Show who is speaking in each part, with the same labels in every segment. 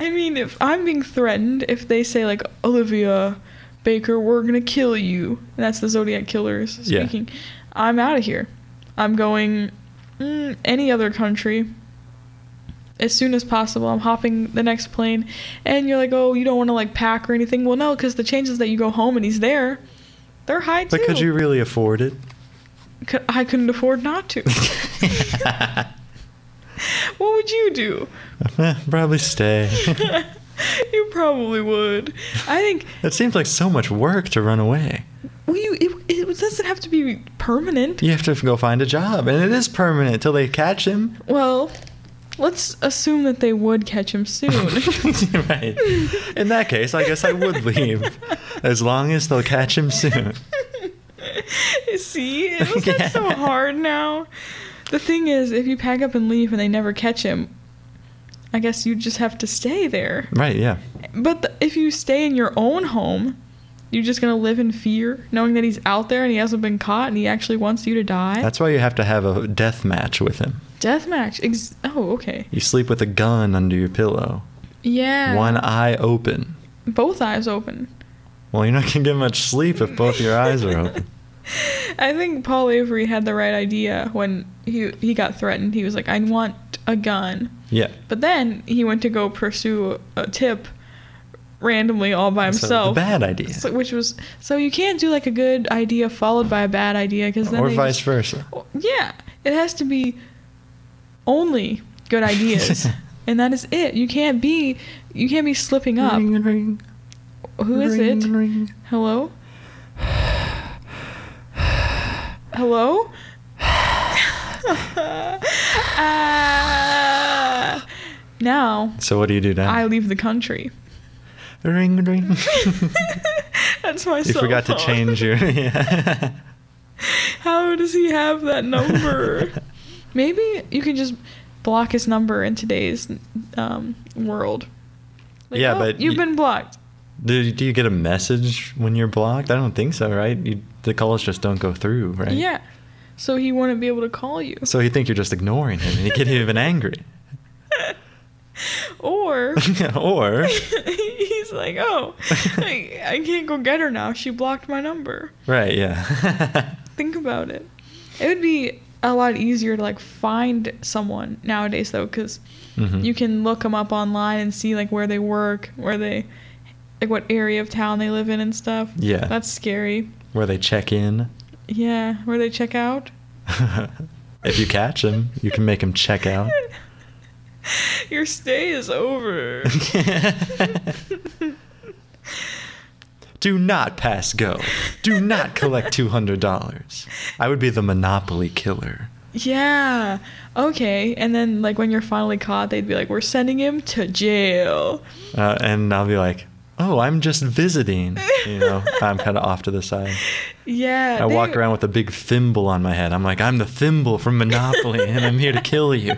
Speaker 1: mean, if I'm being threatened, if they say like Olivia Baker, we're gonna kill you, and that's the Zodiac killers
Speaker 2: Yeah.
Speaker 1: speaking, I'm out of here. I'm going mm, any other country as soon as possible. I'm hopping the next plane, and you're like, oh, you don't want to like pack or anything. Well, no, because the chances that you go home and he's there, they're high too.
Speaker 2: But could you really afford it?
Speaker 1: C- I couldn't afford not to. what would you do?
Speaker 2: Eh, Probably stay.
Speaker 1: you probably would. I think
Speaker 2: It seems like so much work to run away.
Speaker 1: well, you it, it doesn't have to be permanent.
Speaker 2: You have to go find a job, and it is permanent till they catch him.
Speaker 1: Well, let's assume that they would catch him soon.
Speaker 2: right. In that case, I guess I would leave, as long as they'll catch him soon.
Speaker 1: See, it was not so
Speaker 2: Yeah.
Speaker 1: hard now. The thing is, if you pack up and leave and they never catch him, I guess you just have to stay there.
Speaker 2: Right? Yeah.
Speaker 1: But the, if you stay in your own home, you're just gonna live in fear, knowing that he's out there and he hasn't been caught and he actually wants you to die.
Speaker 2: That's why you have to have a death match with him.
Speaker 1: Deathmatch. Ex- oh, okay.
Speaker 2: You sleep with a gun under your pillow,
Speaker 1: Yeah.
Speaker 2: one eye open.
Speaker 1: Both eyes open.
Speaker 2: Well, you're not gonna get much sleep if both your eyes are open.
Speaker 1: I think Paul Avery had the right idea when he he got threatened. He was like, "I want a gun,"
Speaker 2: Yeah.
Speaker 1: but then he went to go pursue a tip randomly all by
Speaker 2: So,
Speaker 1: himself.
Speaker 2: the bad idea,
Speaker 1: So- which was so you can't do like a good idea followed by a bad idea because then
Speaker 2: or
Speaker 1: they
Speaker 2: vice
Speaker 1: just-
Speaker 2: versa.
Speaker 1: Well, yeah, it has to be only good ideas, and that is it. You can't be you can't be slipping up.
Speaker 2: Ring, ring,
Speaker 1: Who is
Speaker 2: ring,
Speaker 1: it?
Speaker 2: ring.
Speaker 1: Hello? Hello? Ah. now
Speaker 2: So what do you do now?
Speaker 1: I leave the country.
Speaker 2: ring ring.
Speaker 1: That's my
Speaker 2: You
Speaker 1: cell
Speaker 2: forgot to
Speaker 1: phone.
Speaker 2: change your. Yeah.
Speaker 1: How does he have that number? Maybe you can just block his number in today's um, world. oh,
Speaker 2: Yeah, but
Speaker 1: you've
Speaker 2: y-
Speaker 1: been blocked.
Speaker 2: Do, do you get a message when you're blocked? I don't think so, right? You, the calls just don't go through, right?
Speaker 1: Yeah. So he wouldn't be able to call you.
Speaker 2: So you think you're just ignoring him, and you get even angry.
Speaker 1: Or
Speaker 2: or
Speaker 1: he's like, oh, I, I can't go get her now. She blocked my number.
Speaker 2: right, yeah.
Speaker 1: Think about it. It would be a lot easier to like find someone nowadays though, because
Speaker 2: Mhm.
Speaker 1: you can look them up online and see like where they work, where they, like what area of town they live in and stuff.
Speaker 2: Yeah.
Speaker 1: That's scary.
Speaker 2: Where they check in.
Speaker 1: Yeah. Where they check out.
Speaker 2: if you catch him, you can make him check out.
Speaker 1: Your stay is over.
Speaker 2: Do not pass go. Do not collect two hundred dollars. I would be the monopoly killer.
Speaker 1: Yeah. Okay. And then like when you're finally caught, they'd be like, "We're sending him to jail."
Speaker 2: Uh, and I'll be like, oh, I'm just visiting. You know, I'm kind of off to the side.
Speaker 1: Yeah.
Speaker 2: I
Speaker 1: they-
Speaker 2: walk around with a big thimble on my head. I'm like, I'm the thimble from Monopoly, and I'm here to kill you.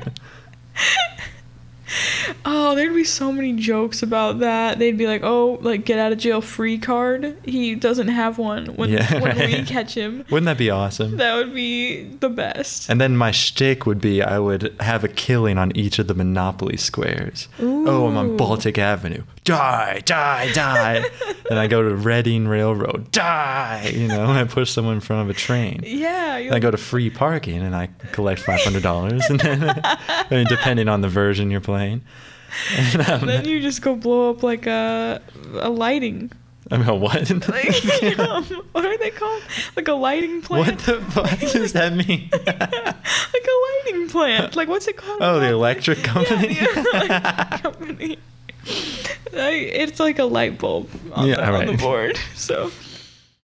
Speaker 1: Oh, there'd be so many jokes about that. They'd be like, "Oh, like get out of jail free card. He doesn't have one when
Speaker 2: Yeah,
Speaker 1: when we
Speaker 2: right.
Speaker 1: catch him."
Speaker 2: Wouldn't that be awesome?
Speaker 1: That would be the best.
Speaker 2: And then my shtick would be I would have a killing on each of the Monopoly squares. Oh, I'm on
Speaker 1: Ooh.
Speaker 2: Baltic Avenue. Die, die, die. then I go to Reading Railroad. Die. You know, I push someone in front of a train.
Speaker 1: yeah. You're
Speaker 2: I go to free parking and I collect five hundred dollars, and then, I mean, depending on the version you're playing, and um,
Speaker 1: then you just go blow up like a a lighting.
Speaker 2: I'm like, what?
Speaker 1: Like, um, what are they called? Like a lighting plant.
Speaker 2: What the fuck does that mean?
Speaker 1: like a lighting plant. Like what's it called?
Speaker 2: Oh, the electric company.
Speaker 1: Yeah, the electric company. I, it's like a light bulb on,
Speaker 2: Yeah,
Speaker 1: the, on the
Speaker 2: alright.
Speaker 1: board. So